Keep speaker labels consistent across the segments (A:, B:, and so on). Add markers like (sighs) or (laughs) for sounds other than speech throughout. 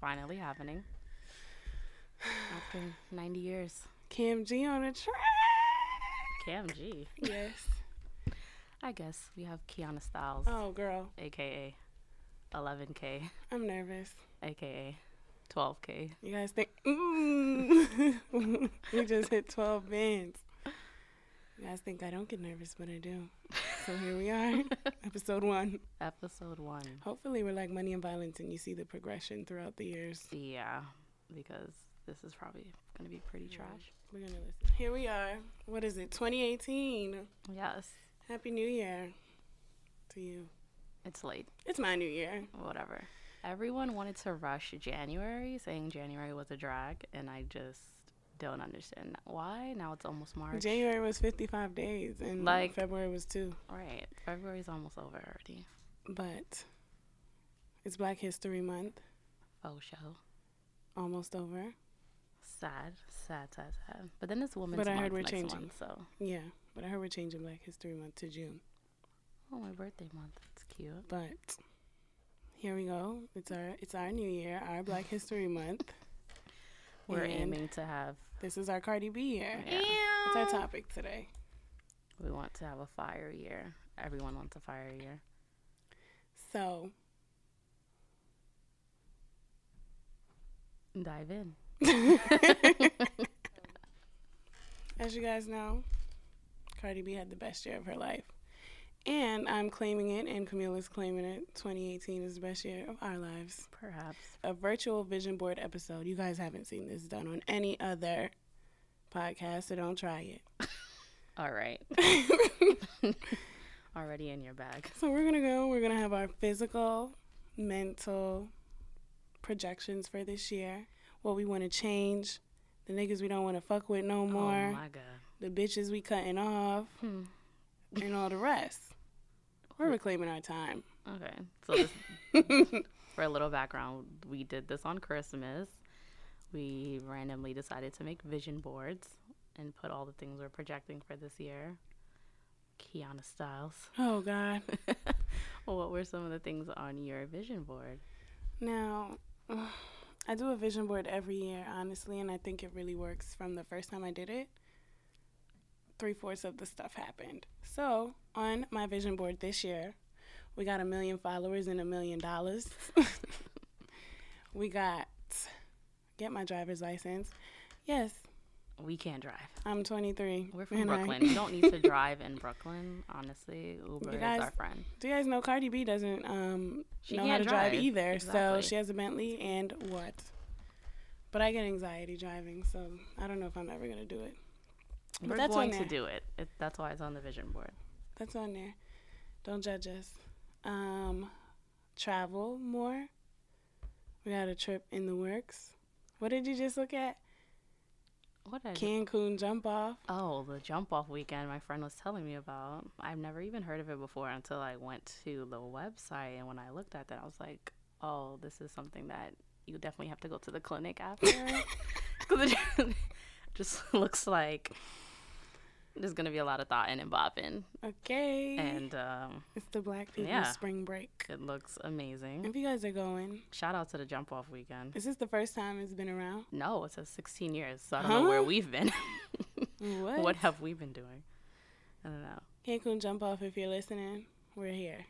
A: finally happening after 90 years.
B: Cam G on a track.
A: Cam G.
B: Yes.
A: I guess we have Kiana Styles,
B: Oh, girl,
A: aka 11K,
B: I'm nervous.
A: aka 12K.
B: You guys think? (laughs) Mm. we just hit 12 bands. You guys think I don't get nervous, but I do. So here we are, (laughs) episode one.
A: Episode 1.
B: Hopefully, we're like Money and Violence, and you see the progression throughout the years.
A: Yeah, because this is probably going to be pretty trash.
B: We're gonna listen. Here we are. What is it? 2018.
A: Yes,
B: Happy New Year to you.
A: it's late.
B: It's my new year.
A: Whatever. Everyone wanted to rush January, saying January was a drag, and I just don't understand why. Now it's almost March.
B: January was 55 days, and
A: Like-
B: February was two.
A: Right. February's almost over already.
B: But it's Black History Month,
A: Oh, show.
B: almost over.
A: Sad, sad, sad, sad. But then this woman's
B: But I
A: month
B: heard we're
A: next
B: changing.
A: month, so
B: Yeah, but I heard we're changing Black History Month to June.
A: oh, my birthday month. It's cute.
B: But here we go. It's our it's our new year, our Black History Month.
A: We're
B: And
A: aiming to have.
B: This is our Cardi B year.
A: Yeah.
B: It's our topic today.
A: We want to have a fire year. Everyone wants a fire year.
B: So
A: Dive in.
B: As you guys know, Cardi B had the best year of her life. And I'm claiming it, and Camila's claiming it. 2018 is the best year of our lives.
A: Perhaps
B: A virtual vision board episode. You guys haven't seen this done on any other podcast, so don't try
A: All
B: (laughs)
A: right. (laughs)
B: it.
A: Already in your bag.
B: so we're going to go. We're going to have our physical, mental projections for this year. What we want to change. The niggas we don't want to fuck with no
A: Oh
B: more.
A: my god.
B: the bitches we cutting off.
A: Hmm.
B: and all the rest. We're reclaiming our time. (laughs)
A: Okay. So this, for a little background, we did this on Christmas. We randomly decided to make vision boards and put all the things we're projecting for this year. Kiana Styles. (laughs)
B: Oh God!
A: what were some of the things on your vision board?
B: Now, (sighs) I do a vision board every year, honestly, and I think it really works. From the first time I did it, three fourths of the stuff happened. So on my vision board this year, we got a million followers and a million dollars. (laughs) we got get my driver's license. Yes,
A: We can't drive.
B: I'm 23.
A: We're from
B: and I-
A: Brooklyn. We don't
B: (laughs)
A: need to drive in Brooklyn, honestly. Uber
B: guys-
A: is our friend.
B: Do you guys know Cardi B doesn't um
A: She
B: know how to
A: can't
B: drive,
A: drive.
B: either?
A: Exactly.
B: So she has a Bentley and what? But I get anxiety driving, so I don't know if I'm ever gonna do it. But
A: We're
B: that's
A: going
B: on
A: to
B: there.
A: do it. it. That's why it's on the vision board.
B: That's on there. Don't judge us. Um, travel more. We got a trip in the works. What did you just look at?
A: What did I do?
B: Cancun jump off.
A: Oh, the jump off weekend my friend was telling me about. I've never even heard of it before until I went to the website and when I looked at that I was like, "Oh, this is something that you definitely have to go to the clinic
B: (laughs)
A: after." Cuz it (laughs) just looks like there's going to be a lot of thought in and bopping
B: Okay.
A: and um,
B: it's the black people
A: Yeah.
B: spring break.
A: it looks amazing.
B: If you guys are going,
A: Shout out to the jump off weekend.
B: is this the first time it's been around?
A: No, it says 16 years, so I don't know where
B: Huh?
A: we've been. (laughs)
B: What?
A: what have we been doing? I don't know.
B: Cancun jump off. If you're listening, we're here.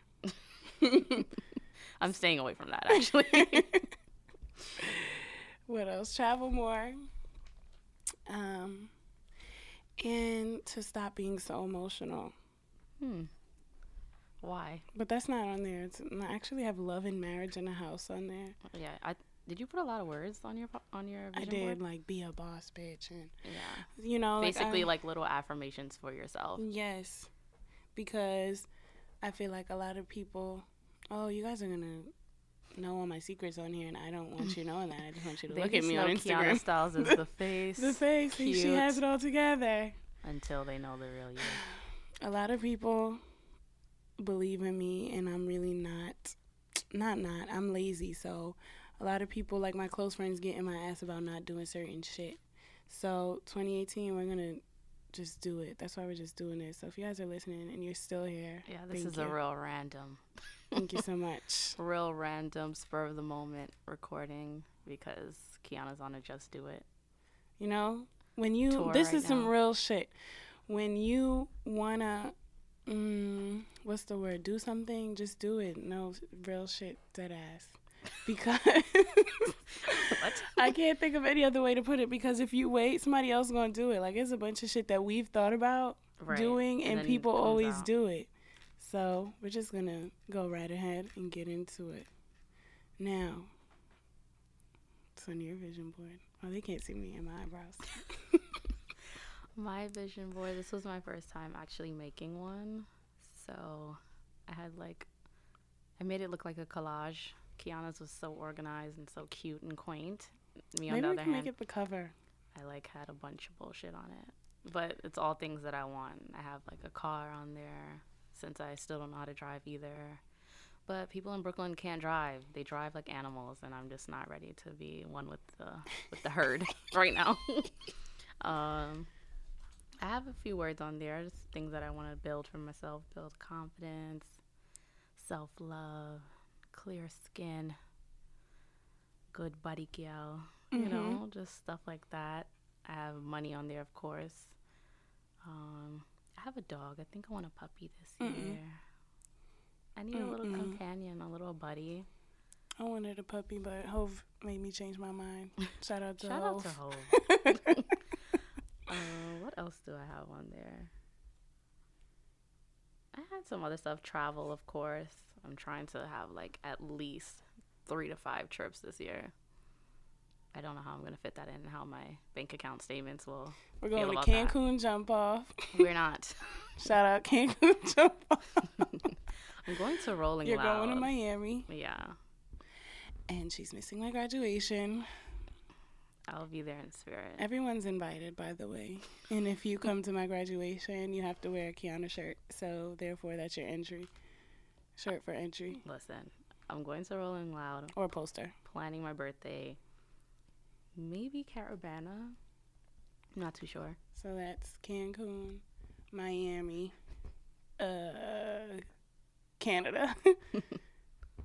A: (laughs) I'm staying away from that
B: (laughs)
A: actually.
B: what else? Travel more. Um, and to stop being so emotional.
A: Hmm. Why?
B: But that's not on there. It's, I actually have love and marriage and a house on there.
A: Yeah. I did you put a lot of words on your po- on your
B: I
A: vision
B: did
A: board?
B: like be a boss bitch and
A: Yeah.
B: you know Oh, like, um,
A: Basically,
B: I-
A: like little affirmations for yourself.
B: yes, because I feel like a lot of people. Oh, you guys are gonna know all my secrets on here, and I don't want you knowing that. I just want you
A: (laughs)
B: to
A: They
B: look at
A: just
B: me
A: know
B: on
A: Kiana
B: Instagram.
A: Styles is the face.
B: (laughs) The face, and she
A: Cute.
B: has it all together.
A: Until they know the real you.
B: a lot of people believe in me and I'm really not not not I'm lazy so a lot of people like my close friends get in my ass about not doing certain shit so 2018 we're gonna just do it that's why we're just doing this so if you guys are listening and you're still here
A: Yeah. This
B: thank
A: is
B: you.
A: a real random,
B: thank you so much
A: real random spur of the moment recording because Kiana's on a Just Do It.
B: You know, when you
A: Tour
B: this
A: right
B: is some
A: now.
B: real shit. When you wanna, mm, what's the word? Do something, just do it. No real shit, dead ass. Because
A: What?
B: I can't think of any other way to put it. Because if you wait, somebody else gonna do it. Like it's a bunch of shit that we've thought about
A: (laughs) Right.
B: doing,
A: And
B: and,
A: then it
B: people
A: comes
B: always
A: out.
B: do it. So we're just gonna go right ahead and get into it. Now, it's on your vision board. Oh, they can't see me in my
A: (laughs)
B: eyebrows.
A: My vision board, this was my first time actually making one. So I had like, I made it look like a collage. Kiana's was so organized and so cute and quaint. Me, on the
B: Maybe we
A: other
B: can
A: hand,
B: make it the cover.
A: I like had a bunch of bullshit on it. But it's all things that I want. I have like a car on there since I still don't know how to drive either. But people in Brooklyn can't drive. They drive like animals and I'm just not ready to be one with the with the herd (laughs) right now. um I have a few words on there, just things that I want to build for myself, build confidence, self-love, clear skin, good buddy gal you
B: Mhm.
A: know, just stuff like that. I have money on there, of course. Um, I have a dog. I think I want a puppy this
B: Mm-mm.
A: year. I need a little
B: Mm-mm.
A: companion, a little buddy.
B: I wanted a puppy, but Hove made me change
A: (laughs)
B: my mind. Shout out to
A: Shout out
B: Hove. (laughs)
A: to Hope. uh, what else do I have on there? I had some other stuff. Travel, of course. I'm trying to have like at least three to five trips this year. I don't know how I'm gonna fit that in and how my bank account statements will.
B: We're
A: feel
B: going to
A: about that.
B: Cancun Jump Off.
A: We're
B: (laughs)
A: not.
B: Shout out Cancun (laughs) Jump Off.
A: I'm going to Rolling
B: You're
A: Loud.
B: going to Miami,
A: Yeah,
B: and she's missing my graduation.
A: I'll be there in spirit.
B: Everyone's invited, by the way. And if you come to my graduation, you have to wear a Kiana shirt. So therefore, that's your entry shirt for entry
A: Listen, I'm going to Rolling Loud.
B: or poster.
A: Planning my birthday. Maybe Caravana. Not too sure.
B: So that's Cancun, Miami, uh,
A: (laughs)
B: Canada,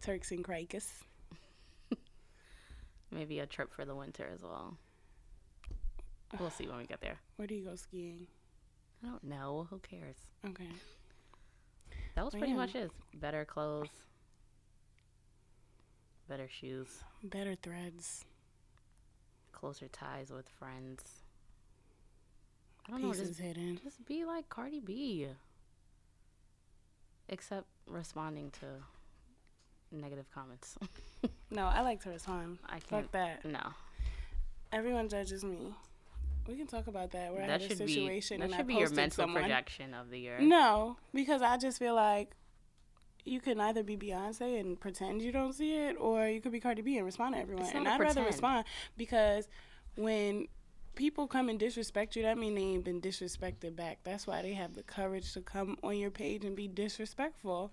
B: Turks and Caicos.
A: Maybe a trip for the winter as well. We'll see when we get there.
B: Where do you go skiing?
A: I don't know. Who cares?
B: Okay.
A: That was pretty
B: Yeah.
A: much it. Better clothes. Better shoes.
B: Better threads.
A: Closer ties with friends. I don't know.
B: Pieces
A: Just
B: hidden.
A: Just be like Cardi B. Except responding to negative comments. (laughs)
B: No, I like to respond.
A: I can't.
B: Fuck that.
A: No.
B: Everyone judges me. We can talk about that. We're
A: That
B: at a
A: should be
B: situation
A: that
B: and
A: should
B: I
A: be your
B: posted
A: mental
B: someone.
A: projection of the year.
B: No, because I just feel like you can either be Beyonce and pretend you don't see it, or you could be Cardi B and respond to everyone.
A: It's
B: And
A: not
B: I'd
A: a
B: rather
A: pretend.
B: respond because when people come and disrespect you, that means they ain't been disrespected back. That's why they have the courage to come on your page and be disrespectful.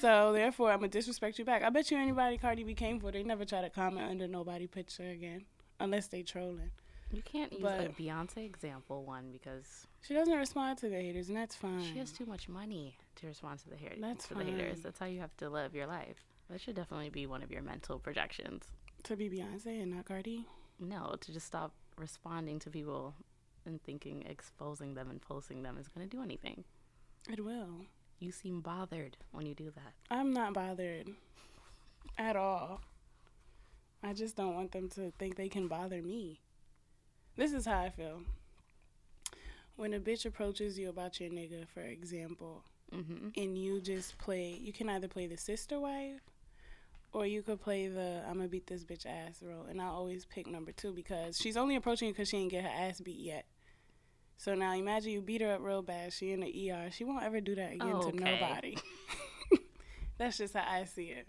B: So therefore, I'm gonna disrespect you back. I bet you anybody Cardi B came for, they never try to comment under nobody picture again, unless they trolling.
A: You can't use a
B: But-
A: Beyonce example one because
B: She doesn't respond to the haters, and that's fine.
A: she has too much money to respond to the, hater-
B: Mm. That's
A: to the haters.
B: fine.
A: That's how you have to live your life. That should definitely be one of your mental projections.
B: to be Beyonce and not Cardi.
A: No, to just stop responding to people and thinking exposing them and posting them is going to do anything.
B: It will.
A: You seem bothered when you do that.
B: I'm not bothered at all. I just don't want them to think they can bother me. This is how I feel. When a bitch approaches you about your nigga, for example,
A: hmm
B: and you just play, you can either play the sister wife or you could play the I'm gonna beat this bitch ass role. And I always pick number two because she's only approaching you because she ain't get her ass beat yet. So now imagine you beat her up real bad. She in the ER. She won't ever do that again
A: Okay.
B: to nobody. (laughs) That's just how I see it.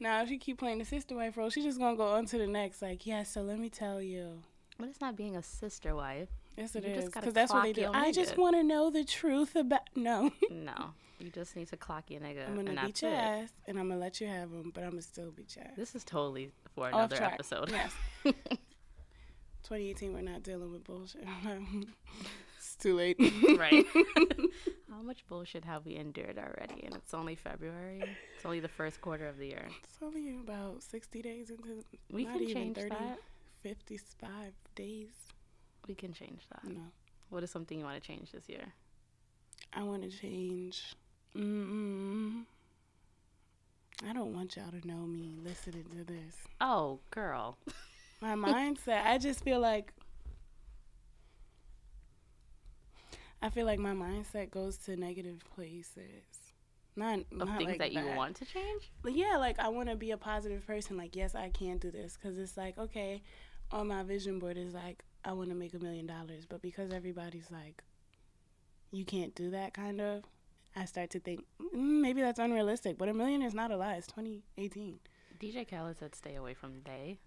B: Now, if you keep playing the sister wife role, she's just gonna go on to the next. Like, yeah, so let me tell you.
A: But it's not being a sister wife.
B: Yes, it
A: You
B: is.
A: just gotta
B: Because that's what they
A: clock
B: do.
A: your
B: I just
A: nigga.
B: want to know the truth about. No.
A: No, you just need to clock your nigga,
B: I'm going
A: and that's
B: to beat your
A: it.
B: ass, and I'm going to let you have him, but I'm going to still beat your ass.
A: This is totally for
B: Off
A: another
B: track.
A: episode. (laughs) (laughs)
B: Yes. 2018, we're not dealing with bullshit. too late.
A: Right. How much bullshit have we endured already? And it's only February. It's only the first quarter of the year.
B: (laughs) It's only about 60 days into
A: We
B: not
A: can
B: even
A: change
B: 30,
A: that.
B: 55 days.
A: We can change that.
B: No.
A: What is something you want to change this year?
B: I want to change. Mm-mm. I don't want y'all to know me listening to this.
A: Oh, girl.
B: My mindset, I just feel like. I feel like my mindset goes to negative places. Not,
A: Of
B: not
A: things
B: like
A: that you
B: that.
A: want to change?
B: But yeah, like I want to be a positive person. Like, yes, I can do this because it's like, okay, on my vision board is like, I want to make a million dollars, but because everybody's like, you can't do that, kind of, I start to think mm, maybe that's unrealistic. But a million is not a lot. It's 2018.
A: DJ Khaled said stay away from they.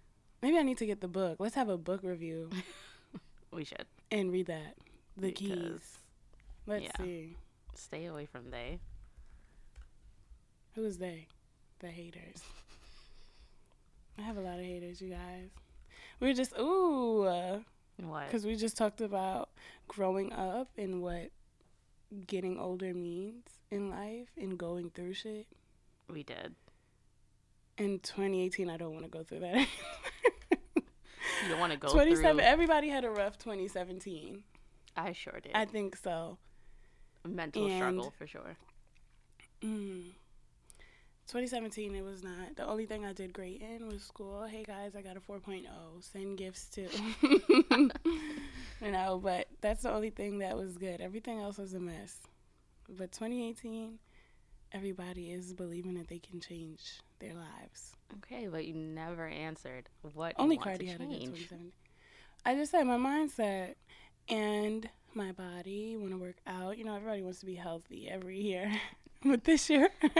B: Maybe I need to get the book. Let's have a book review
A: We should.
B: and read that. The keys.
A: because
B: Let's
A: yeah.
B: see.
A: Stay away from they.
B: Who's they? The haters. I have a lot of haters, you guys. We're just ooh. uh,
A: What?
B: Because we just talked about growing up and what getting older means in life and going through shit.
A: We did.
B: In 2018, I don't want to go through that. (laughs)
A: You don't want to go
B: 27.
A: through.
B: Everybody had a rough 2017.
A: I sure did.
B: I think so.
A: Mental
B: and-
A: struggle for sure. (laughs)
B: Mm. 2017, it was not. The only thing I did great in was school. Hey guys, I got a 4.0. Send gifts too. (laughs) you know, but that's the only thing that was good. Everything else was a mess. But 2018, everybody is believing that they can change their lives.
A: Okay, but you never answered what
B: only
A: you want
B: Cardi
A: to
B: had a good
A: change.
B: 2017. I just said my mindset and my body. Want to work out. You know, everybody wants to be healthy every year, (laughs) but this year, (laughs)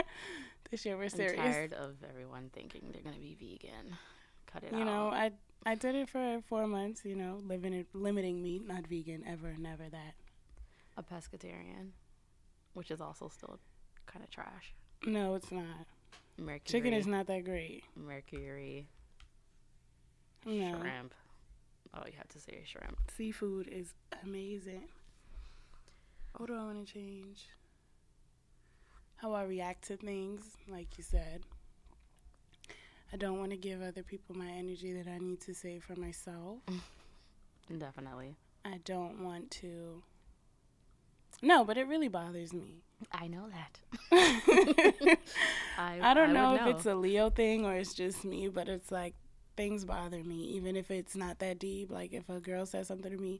B: this year we're
A: I'm
B: serious.
A: tired of everyone thinking they're gonna be vegan. Cut it out.
B: you know i i did it for four months you know living it limiting meat not vegan ever never that
A: a pescatarian, which is also still kind of trash.
B: no it's not
A: Mercury,
B: chicken is not that great
A: mercury,
B: no
A: shrimp. Oh, you have to say shrimp.
B: seafood is amazing what do i want to change how i react to things like you said i don't want to give other people my energy that i need to save for myself
A: Definitely.
B: i don't want to no but it really bothers me (laughs)
A: I know that.
B: I don't
A: would
B: know if it's a Leo thing or it's just me, but it's like things bother me, even if it's not that deep. Like if a girl says something to me,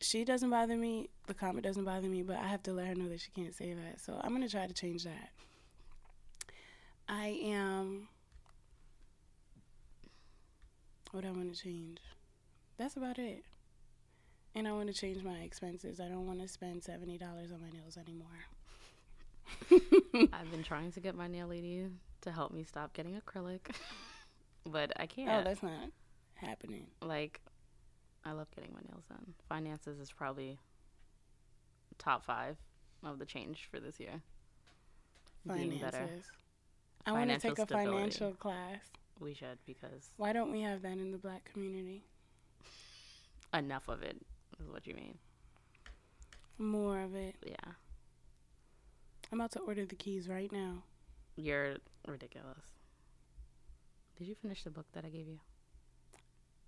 B: she doesn't bother me, the comment doesn't bother me, but I have to let her know that she can't say that. So I'm gonna try to change that. I am. What I want to change. That's about it. And I want to change my expenses. I don't want to spend seventy dollars on my nails anymore. (laughs)
A: I've been trying to get my nail lady to help me stop getting acrylic, (laughs) but I can't.
B: Oh, that's not happening.
A: like I love getting my nails done. Finances is probably top five of the change for this year. Being better.
B: Finances. I want to
A: Financial
B: take a
A: stability.
B: financial class.
A: We should because
B: Why don't we have that in the black community?
A: enough of it is what you mean.
B: More of it.
A: Yeah.
B: I'm about to order the keys right now.
A: You're ridiculous. Did you finish the book that I gave you?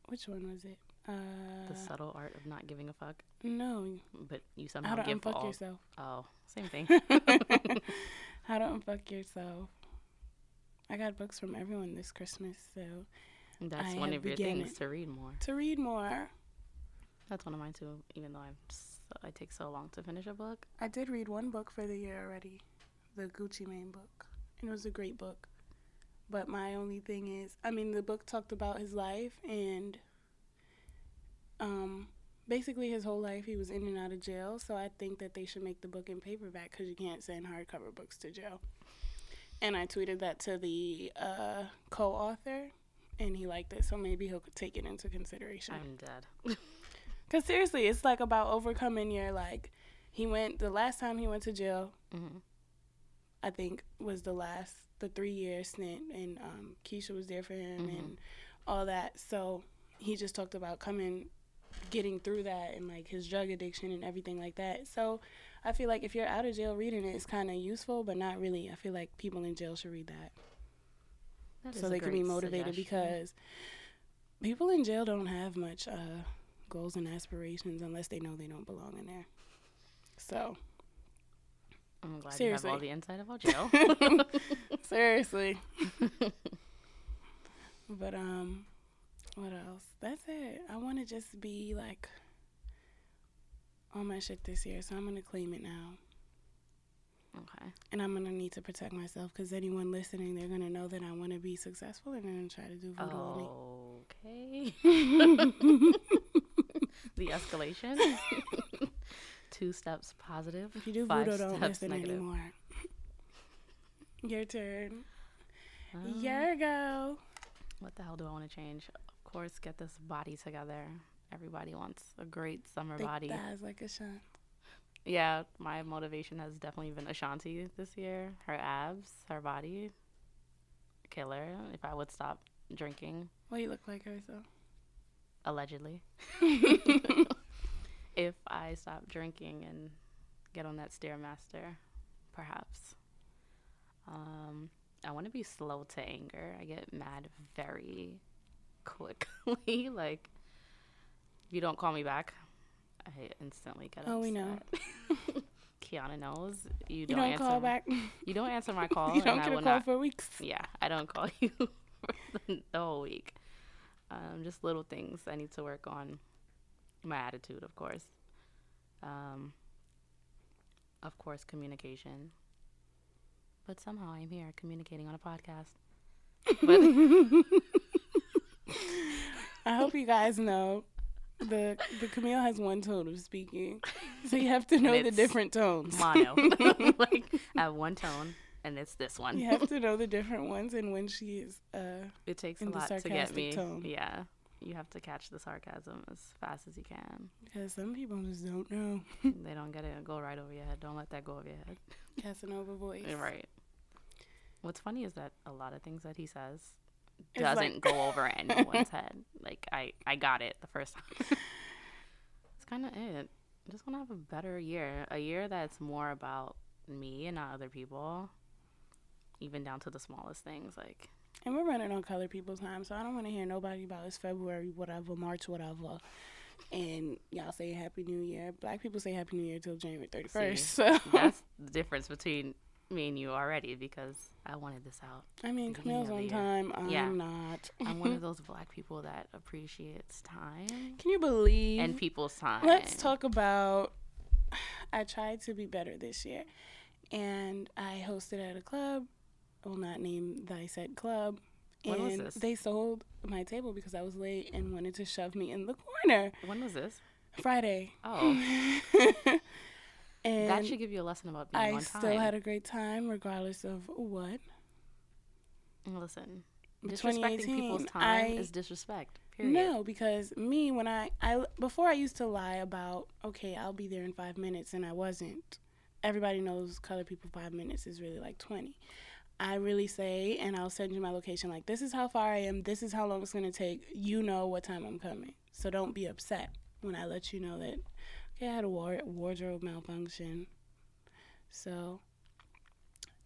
B: Which one was it? Uh,
A: The subtle art of not giving a fuck,
B: no.
A: but you
B: How
A: somehow
B: to
A: give
B: unfuck
A: all.
B: yourself.
A: Oh, same
B: (laughs)
A: thing. (laughs)
B: How to unfuck yourself. I got books from everyone this Christmas, so
A: That's
B: I
A: one
B: have
A: of your
B: began
A: things to read more.
B: to read more.
A: That's one of mine too. Even though I'm, s I take so long to finish a book.
B: I did read one book for the year already, the Gucci Mane book, and it was a great book. But my only thing is, I mean, the book talked about his life and um, basically his whole life he was in and out of jail. So I think that they should make the book in paperback because you can't send hardcover books to jail. And I tweeted that to the uh, co-author, and he liked it. So maybe he'll take it into consideration.
A: I'm dead.
B: Because seriously, it's like about overcoming your like. He went the last time he went to jail.
A: Mhm.
B: I think was the last the three year stint, and um,
A: Mm-hmm.
B: Keisha was there for him and all that. So he just talked about coming getting through that and like his drug addiction and everything like that. So I feel like if you're out of jail reading it, it's kind of useful, but not really. I feel like people in jail should read that
A: That is
B: so
A: a
B: they can be
A: great
B: motivated
A: suggestion.
B: because people in jail don't have much uh, goals and aspirations unless they know they don't belong in there. So
A: I'm glad you have all
B: Seriously.
A: the insight about
B: (laughs)
A: jail. (laughs)
B: seriously, (laughs) but um, what else? That's it. I want to just be like on my shit this year, so I'm gonna claim it now.
A: okay.
B: And I'm gonna need to protect myself because anyone listening, they're gonna know that I want to be successful and then try to do voodoo on
A: Oh,
B: me.
A: Okay.
B: (laughs)
A: the escalation. Two steps positive.
B: If you do
A: five
B: voodoo, don't
A: steps
B: listen
A: negative.
B: anymore. (laughs) Your turn.
A: Um,
B: Yargo.
A: What the hell do I want to change? Of course, get this body together. Everybody wants a great summer
B: Thick
A: body.
B: thighs like a shunt.
A: Yeah, my motivation has definitely been Ashanti this year. Her abs, her body, killer. If I would stop drinking,
B: Well, you look like her,
A: (laughs)
B: so.
A: allegedly. if I stop drinking and get on that stairmaster, perhaps. Um, I want to be slow to anger. I get mad very quickly. (laughs) like, if you don't call me back, I instantly get upset.
B: Oh, we know.
A: (laughs) Kiana knows. You
B: You
A: don't,
B: don't
A: answer
B: call
A: my-
B: back. (laughs)
A: You don't answer my call.
B: you don't
A: and I
B: get a
A: will
B: call
A: not
B: for weeks.
A: (laughs) yeah, I don't call you for the, the whole week. Um, just little things I need to work on. My attitude, of course. Um, of course, communication. But somehow I'm here communicating on a podcast.
B: (laughs)
A: But
B: I hope you guys know the the Camille has one tone of speaking, so you have to know the
A: it's
B: different tones.
A: mono. (laughs) like, I have one tone, and it's this one.
B: You have to know the different ones and when she is. Uh,
A: It takes a
B: in the
A: lot to get
B: sarcastic
A: me.
B: tone.
A: Yeah. You have to catch the sarcasm as fast as you can.
B: because some people just don't know.
A: they don't get it. Go right over your head. Don't let that go over your head.
B: Casanova voice.
A: Right. What's funny is that a lot of things that he says
B: It's like-
A: doesn't go
B: (laughs)
A: over anyone's head. Like I, I got it the first time. it's kind of it. I just want to have a better year, a year that's more about me and not other people, even down to the smallest things.
B: (laughs)
A: Like
B: And we're running on color people's time, so I don't want to hear nobody about it's February, whatever, March, whatever. And y'all say Happy New Year. Black people say Happy New Year till January 31st. So,
A: that's the difference between me and you already because I wanted this out.
B: (laughs) I mean,
A: Beginning of
B: Camille's
A: the
B: on
A: year.
B: time. I'm
A: Yeah.
B: not.
A: I'm
B: (laughs)
A: one of those black people that appreciates time
B: Can you believe?
A: and people's time.
B: Mm-hmm. Let's talk about. (sighs) I tried to be better this year, and I hosted at a club. I will not name thy said club.
A: When was
B: and
A: this?
B: they sold my table because I was late and wanted to shove me in the corner.
A: When was
B: (sighs)
A: this?
B: Friday. (laughs)
A: Oh.
B: and
A: That should give you a lesson about being
B: I
A: on time.
B: still had a great time, regardless of what.
A: Listen, disrespecting people's
B: 2018,
A: time
B: I-
A: is disrespect. Period.
B: No, because me when I I before I used to lie about okay I'll be there in five minutes and I wasn't. Everybody knows colored people five minutes is really like twenty. I really say and I'll send you my location like this is how far I am. This is how long it's gonna take. You know what time I'm coming, so don't be upset when I let you know that. Okay, I had a war- wardrobe malfunction, so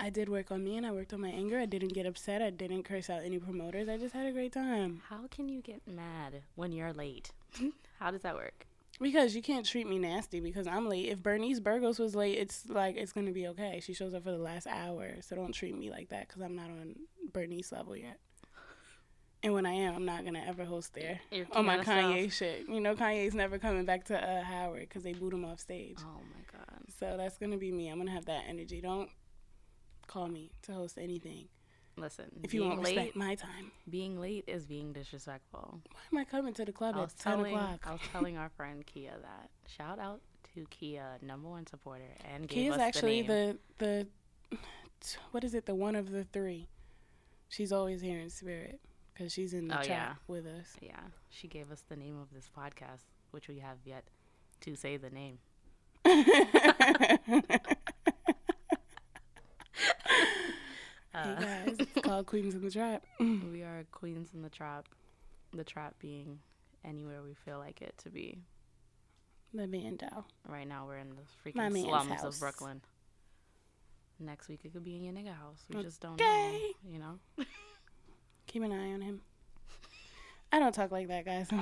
B: I did work on me and I worked on my anger. I didn't get upset. I didn't curse out any promoters. I just had a great time.
A: How can you get mad when you're late? (laughs) How does that work?
B: Because you can't treat me nasty because I'm late. If Bernice Burgos was late, it's like it's gonna be okay. She shows up for the last hour, so don't treat me like that because I'm not on Bernice level yet. And when I am, I'm not gonna ever host there
A: You're
B: on Oh my
A: Kiana self.
B: Kanye shit. You know, Kanye's never coming back to uh, Howard because they booed him off stage.
A: Oh my god.
B: So that's gonna be me. I'm gonna have that energy. Don't call me to host anything
A: Listen,
B: if you
A: being
B: won't
A: late,
B: respect my time.
A: being late is being disrespectful.
B: Why am I coming to the club
A: I
B: at
A: was
B: ten
A: telling,
B: o'clock?
A: I was
B: (laughs)
A: telling our friend Kia that. Shout out to Kia, number one supporter, and gave
B: Kia's
A: us
B: actually
A: the name.
B: the, the (sighs) what is it? The one of the three. She's always here in spirit because she's in the
A: Oh,
B: chat
A: yeah.
B: with
A: (laughs)
B: us.
A: yeah, she gave us the name of this podcast, which we have yet to say the name. Uh.
B: hey
A: (laughs)
B: (clears throat) guys, it's called Queens in the Trap.
A: We are queens in the trap. The trap being anywhere we feel like it to be.
B: Let me endow.
A: Right now, we're in the
B: My
A: freaking
B: man's
A: slums
B: house.
A: of Brooklyn. Next week, it could be in your nigga house. We just don't know.
B: Okay.
A: You know?
B: Keep an eye on him. I don't talk like that, guys. (laughs)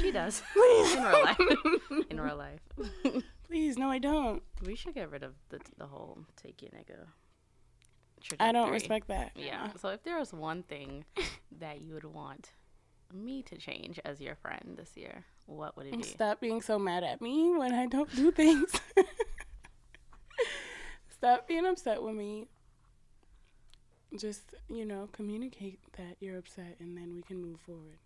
A: She does. (laughs) in real life. in real life.
B: (laughs) Please, no, I don't.
A: We should get rid of the, the whole take your nigga.
B: I don't
A: trajectory.
B: respect that.
A: Yeah. So if there was one
B: (laughs)
A: thing that you would want me to change as your friend this year, what would it be?
B: Stop being so mad at me when I don't do things. (laughs) Stop being upset with me. Just, you know, communicate that you're upset and then we can move forward.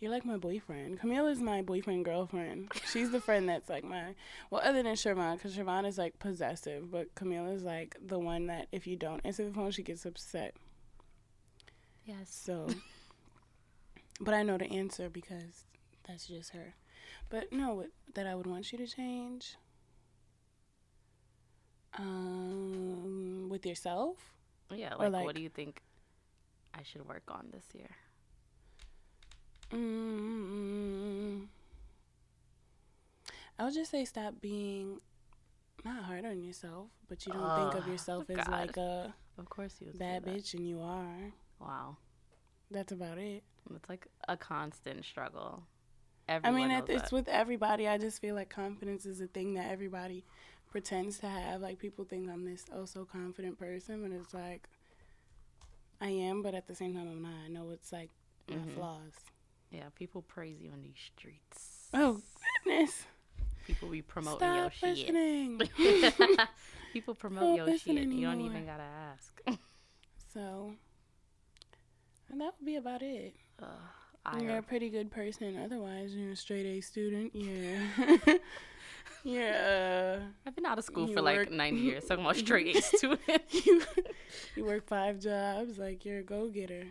B: You're like my boyfriend. Camille is my boyfriend girlfriend. She's the friend that's like my, well, other than Shervon, because Shervon is like possessive, but Camille is like the one that if you don't answer the phone, she gets upset.
A: Yes.
B: So, but I know the answer because that's just her. But no, what, that I would want you to change. Um, with yourself,
A: Yeah.
B: Or
A: Like,
B: like-
A: what do you think I should work on this year?
B: mm I would just say stop being not hard on yourself, but you don't think of
A: Ugh,
B: yourself as
A: Ah, oh God.
B: like a
A: Of course, you would
B: bad
A: say that.
B: bitch, and you are.
A: Wow.
B: That's about it.
A: It's like a constant struggle.
B: I
A: Everyone
B: mean,
A: knows
B: it, it's
A: that.
B: with everybody. I just feel like confidence is a thing that everybody pretends to have. Like people think I'm this oh so confident person, but it's like I am, but at the same time I'm not. I know it's like my
A: Mhm.
B: flaws.
A: yeah. People praise you in these streets.
B: Oh goodness!
A: People be promoting
B: Stop
A: your (laughs)
B: listening. (laughs)
A: shit. people promote
B: Don't
A: your
B: listen
A: shit. You don't
B: anymore.
A: even gotta ask.
B: so, and that would be about it.
A: Ugh,
B: You're a
A: I
B: pretty good person. Otherwise, you're a straight A student. Yeah.
A: (laughs)
B: yeah.
A: I've been out of school
B: You
A: for like
B: work-
A: nine years, talking
B: (laughs)
A: about straight A student.
B: you you work five jobs, like you're a go getter.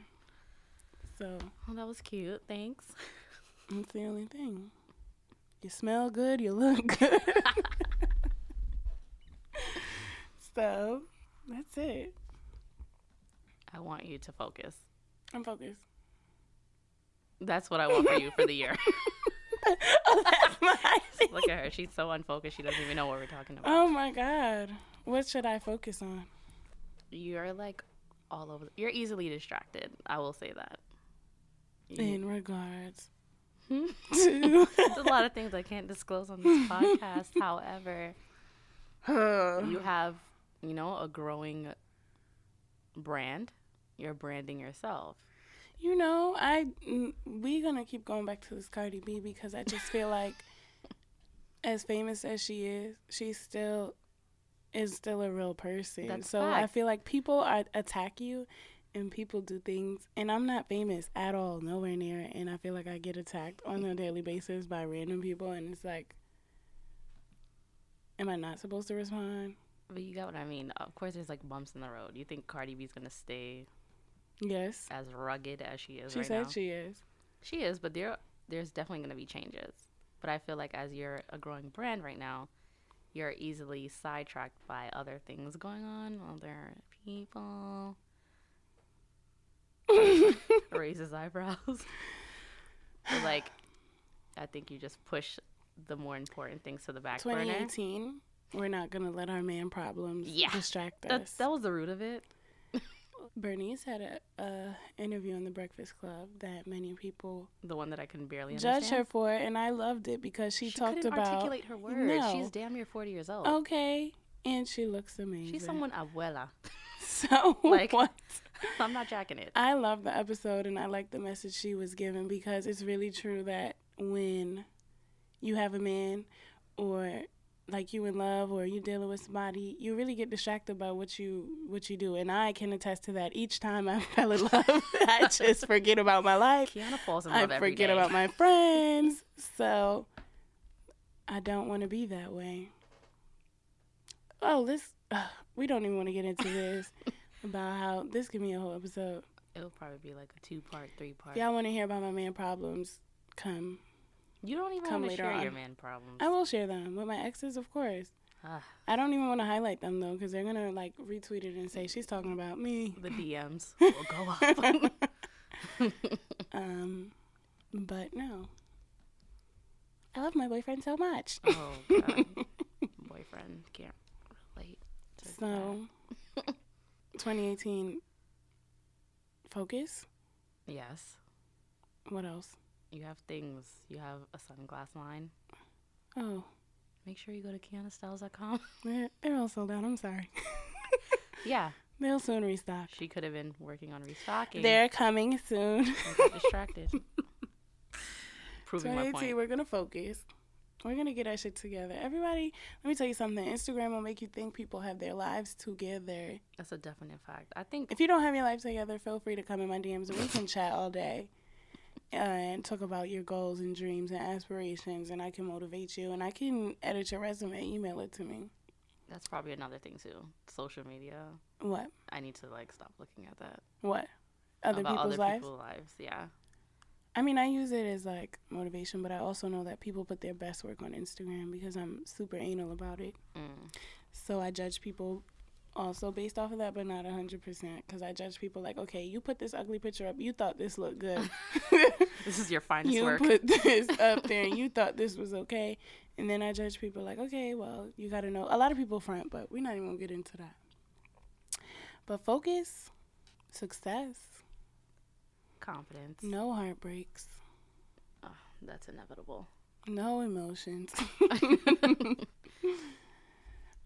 B: So
A: Well, Oh, that was cute. Thanks. (laughs)
B: that's the only thing. You smell good, you look (laughs) good. so that's it.
A: I want you to focus.
B: I'm focused.
A: That's what I want for you for the year.
B: (laughs)
A: (laughs)
B: oh, that's my thing.
A: Look at her. She's so unfocused. She doesn't even know what we're talking about.
B: (laughs) Oh my god. What should I focus on?
A: You're like all over. The- You're easily distracted. I will say that. You-
B: In regards
A: Hmm?
B: (laughs) to
A: There's a lot of things I can't disclose on this
B: (laughs)
A: podcast. However, you have, you know, a growing brand. You're branding yourself.
B: You know, I mm, we gonna keep going back to this Cardi B because I just feel
A: (laughs)
B: like, as famous as she is, she still is still a real person.
A: That's
B: so I
A: facts.
B: feel like people are, attack you, and people do things. And I'm not famous at all, nowhere near. it, And I feel like I get attacked on a daily basis by random people, and it's like, am I not supposed to respond?
A: But you got what I mean. Of course, there's like bumps in the road. You think Cardi B's gonna stay
B: Yes,
A: as rugged as she is
B: she
A: right
B: said
A: now?
B: she is.
A: She is, but there there's definitely going to be changes. But I feel like as you're a growing brand right now, you're easily sidetracked by other things going on, other people.
B: (laughs)
A: Raises eyebrows. but like, I think you just push the more important things to the back burner.
B: 2018. We're not gonna let our man problems
A: Yeah.
B: distract us.
A: That, that was the root of it.
B: Bernice had a, a interview on the Breakfast Club that many people
A: The one that I can barely
B: judged her
A: understand.
B: for, and I loved it because she, talked
A: couldn't
B: about
A: articulate her words.
B: No. Oh,
A: She's damn near 40 years old.
B: okay, and she looks amazing.
A: She's someone abuela.
B: (laughs)
A: (laughs)
B: so
A: like-
B: what?
A: I'm not jacking it.
B: I love the episode, and I like the message she was given because it's really true that when you have a man or like you in love or you dealing with somebody, you really get distracted by what you what you do. And I can attest to that. Each time I (laughs) fell in love, I just forget about my life.
A: Kiana falls in
B: I
A: love every
B: forget
A: day.
B: about my friends. So I don't want to be that way. Oh, this ugh, we don't even want to get
A: (laughs)
B: into this about how this could be a whole episode.
A: It'll probably be like a two part, three part.
B: If y'all want to hear about my man problems, come.
A: You don't even
B: Come
A: want to
B: later
A: share
B: on.
A: your man problems.
B: I will share them with my exes, of course.
A: (laughs) Ah,
B: I don't even want to highlight them though, because they're gonna like retweet it and say she's talking about me. (laughs)
A: the DMs will go off.
B: Um, but no, I love my boyfriend so much.
A: Oh god,
B: (laughs)
A: boyfriend can't relate. To
B: So, 2018, focus.
A: that. yes,
B: What else?
A: you have things. You have a sunglass line.
B: Oh,
A: Make sure you go to
B: (laughs)
A: KianaStyles.com.
B: they're, they're all sold out. I'm sorry. (laughs)
A: yeah,
B: They'll soon restock.
A: she could have been working on restocking.
B: They're coming
A: (laughs)
B: soon.
A: I (laughs) got
B: (laughs)
A: distracted. Proving my
B: 2018,
A: point.
B: we're going to focus. We're going to get our shit together. Everybody, let me tell you something. Instagram will make you think people have their lives together.
A: That's a definite fact. I think
B: If you don't have your life together, feel free to come in my DMs and we can chat all day and talk about your goals and dreams and aspirations. And I can motivate you and I can edit your resume, email it to me.
A: that's probably another thing too. Social media.
B: What?
A: I need to like stop looking at that.
B: What? Other
A: about
B: people's
A: other
B: lives?
A: people's lives. Yeah.
B: I mean, I use it as like motivation, but I also know that people put their best work on Instagram because I'm super anal about it.
A: Mm.
B: So I judge people also based off of that, but not 100% because I judge people like, okay, you put this ugly picture up, you thought this looked good. (laughs)
A: This is your finest
B: you
A: work.
B: put this up there and you thought this was okay. And then I judge people like, okay, well, you got to know. A lot of people front, but we're not even going to get into that. But focus, success,
A: Confidence.
B: no heartbreaks,
A: Oh, that's
B: (laughs)
A: inevitable. (laughs)
B: no emotions.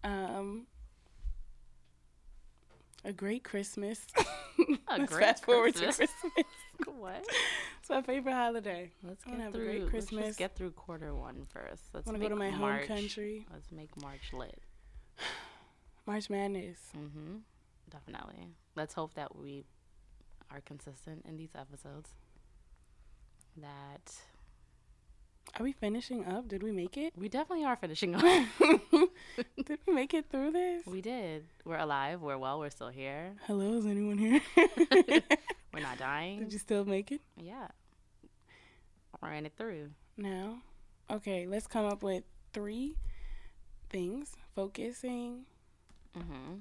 B: um, a great Christmas.
A: A
B: (laughs) Let's
A: great
B: fast forward
A: Christmas.
B: to Christmas.
A: (laughs) What?
B: It's my favorite holiday.
A: Let's
B: I'm gonna
A: get
B: have a
A: through.
B: great
A: Let's
B: Christmas.
A: just get through quarter one first. Let's
B: I want to go
A: make
B: to my
A: March,
B: home country.
A: Let's make March lit.
B: March Madness.
A: Mm-hmm. Definitely. Let's hope that we are consistent in these episodes. That
B: Are we finishing up? Did we
A: (laughs)
B: make it? (laughs)
A: we definitely are finishing (laughs) up.
B: Did we make it through this?
A: we did. We're alive. We're well. We're still here.
B: Hello, is anyone here? (laughs)
A: We're not dying.
B: Did you still make it?
A: Yeah. Ran it through.
B: No. Okay, let's come up with three things. Focusing.
A: Mm-hmm.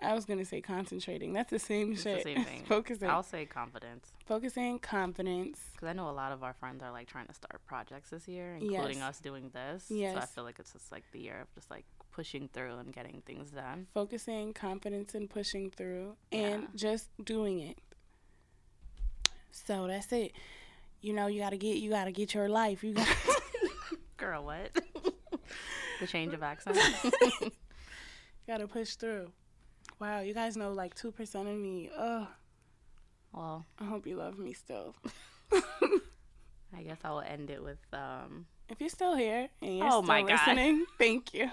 B: I was gonna say concentrating. That's the same
A: It's the
B: shit.
A: same
B: (laughs) as
A: thing.
B: Focusing.
A: I'll say confidence.
B: Focusing, confidence.
A: Because I know a lot of our friends are like trying to start projects this year, including
B: Yes.
A: us doing this. So I
B: Yes.
A: feel like it's just like the year of just like pushing through and getting things done.
B: Focusing, confidence, and pushing through, and
A: Yeah.
B: just doing it. So that's it. You know, you gotta get, you gotta get your life. You (laughs) gotta.
A: Girl, what? (laughs) the change of (laughs) accent.
B: Gotta push through. Wow, you guys know like two percent of me. Ugh,
A: well,
B: I hope you love me still. (laughs)
A: I guess I will end it with um,
B: If you're still here and you're
A: Oh
B: still
A: my God.
B: listening, (laughs) thank you.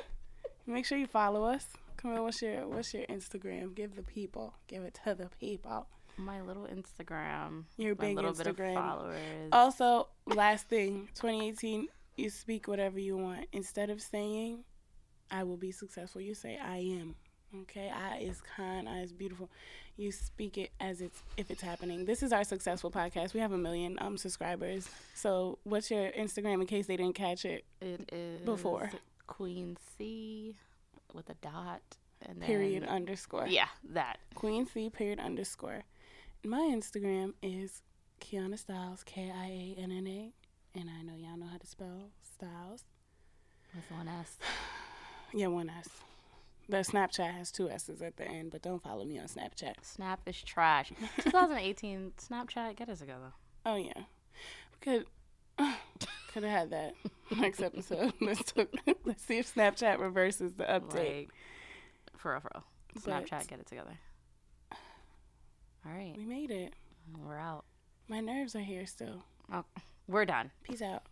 B: Make sure you follow us. Come on, what's your what's your Instagram? Give the people, give it to the people.
A: my little Instagram.
B: Your
A: my
B: big
A: little bit of
B: Instagram. Uh,
A: followers.
B: Also, last thing, 2018, you speak whatever you want. Instead of saying, I will be successful, you say, I am. Okay? I is kind, I is beautiful. You speak it as it's if it's happening. This is our successful podcast. We have a million um subscribers. So what's your Instagram in case they didn't catch it?
A: It is
B: Before.
A: Queen C with a dot and
B: Period Uh,
A: Then,
B: underscore.
A: yeah, that.
B: Queen C period underscore. My Instagram is Kiana Styles, K I A N N A. And I know y'all know how to spell Styles.
A: With one S.
B: Yeah, one S. The Snapchat has two S's at the end, but don't follow me on Snapchat.
A: Snap is trash. 2018 Snapchat, get us together.
B: Oh yeah, could (sighs) could have had that (laughs) next episode. (laughs) let's talk, let's see if Snapchat reverses the update.
A: Like, for real, for real.
B: But-
A: Snapchat, get it together. All right,
B: We made it.
A: we're out.
B: My nerves are here still.
A: Oh, we're done.
B: Peace out.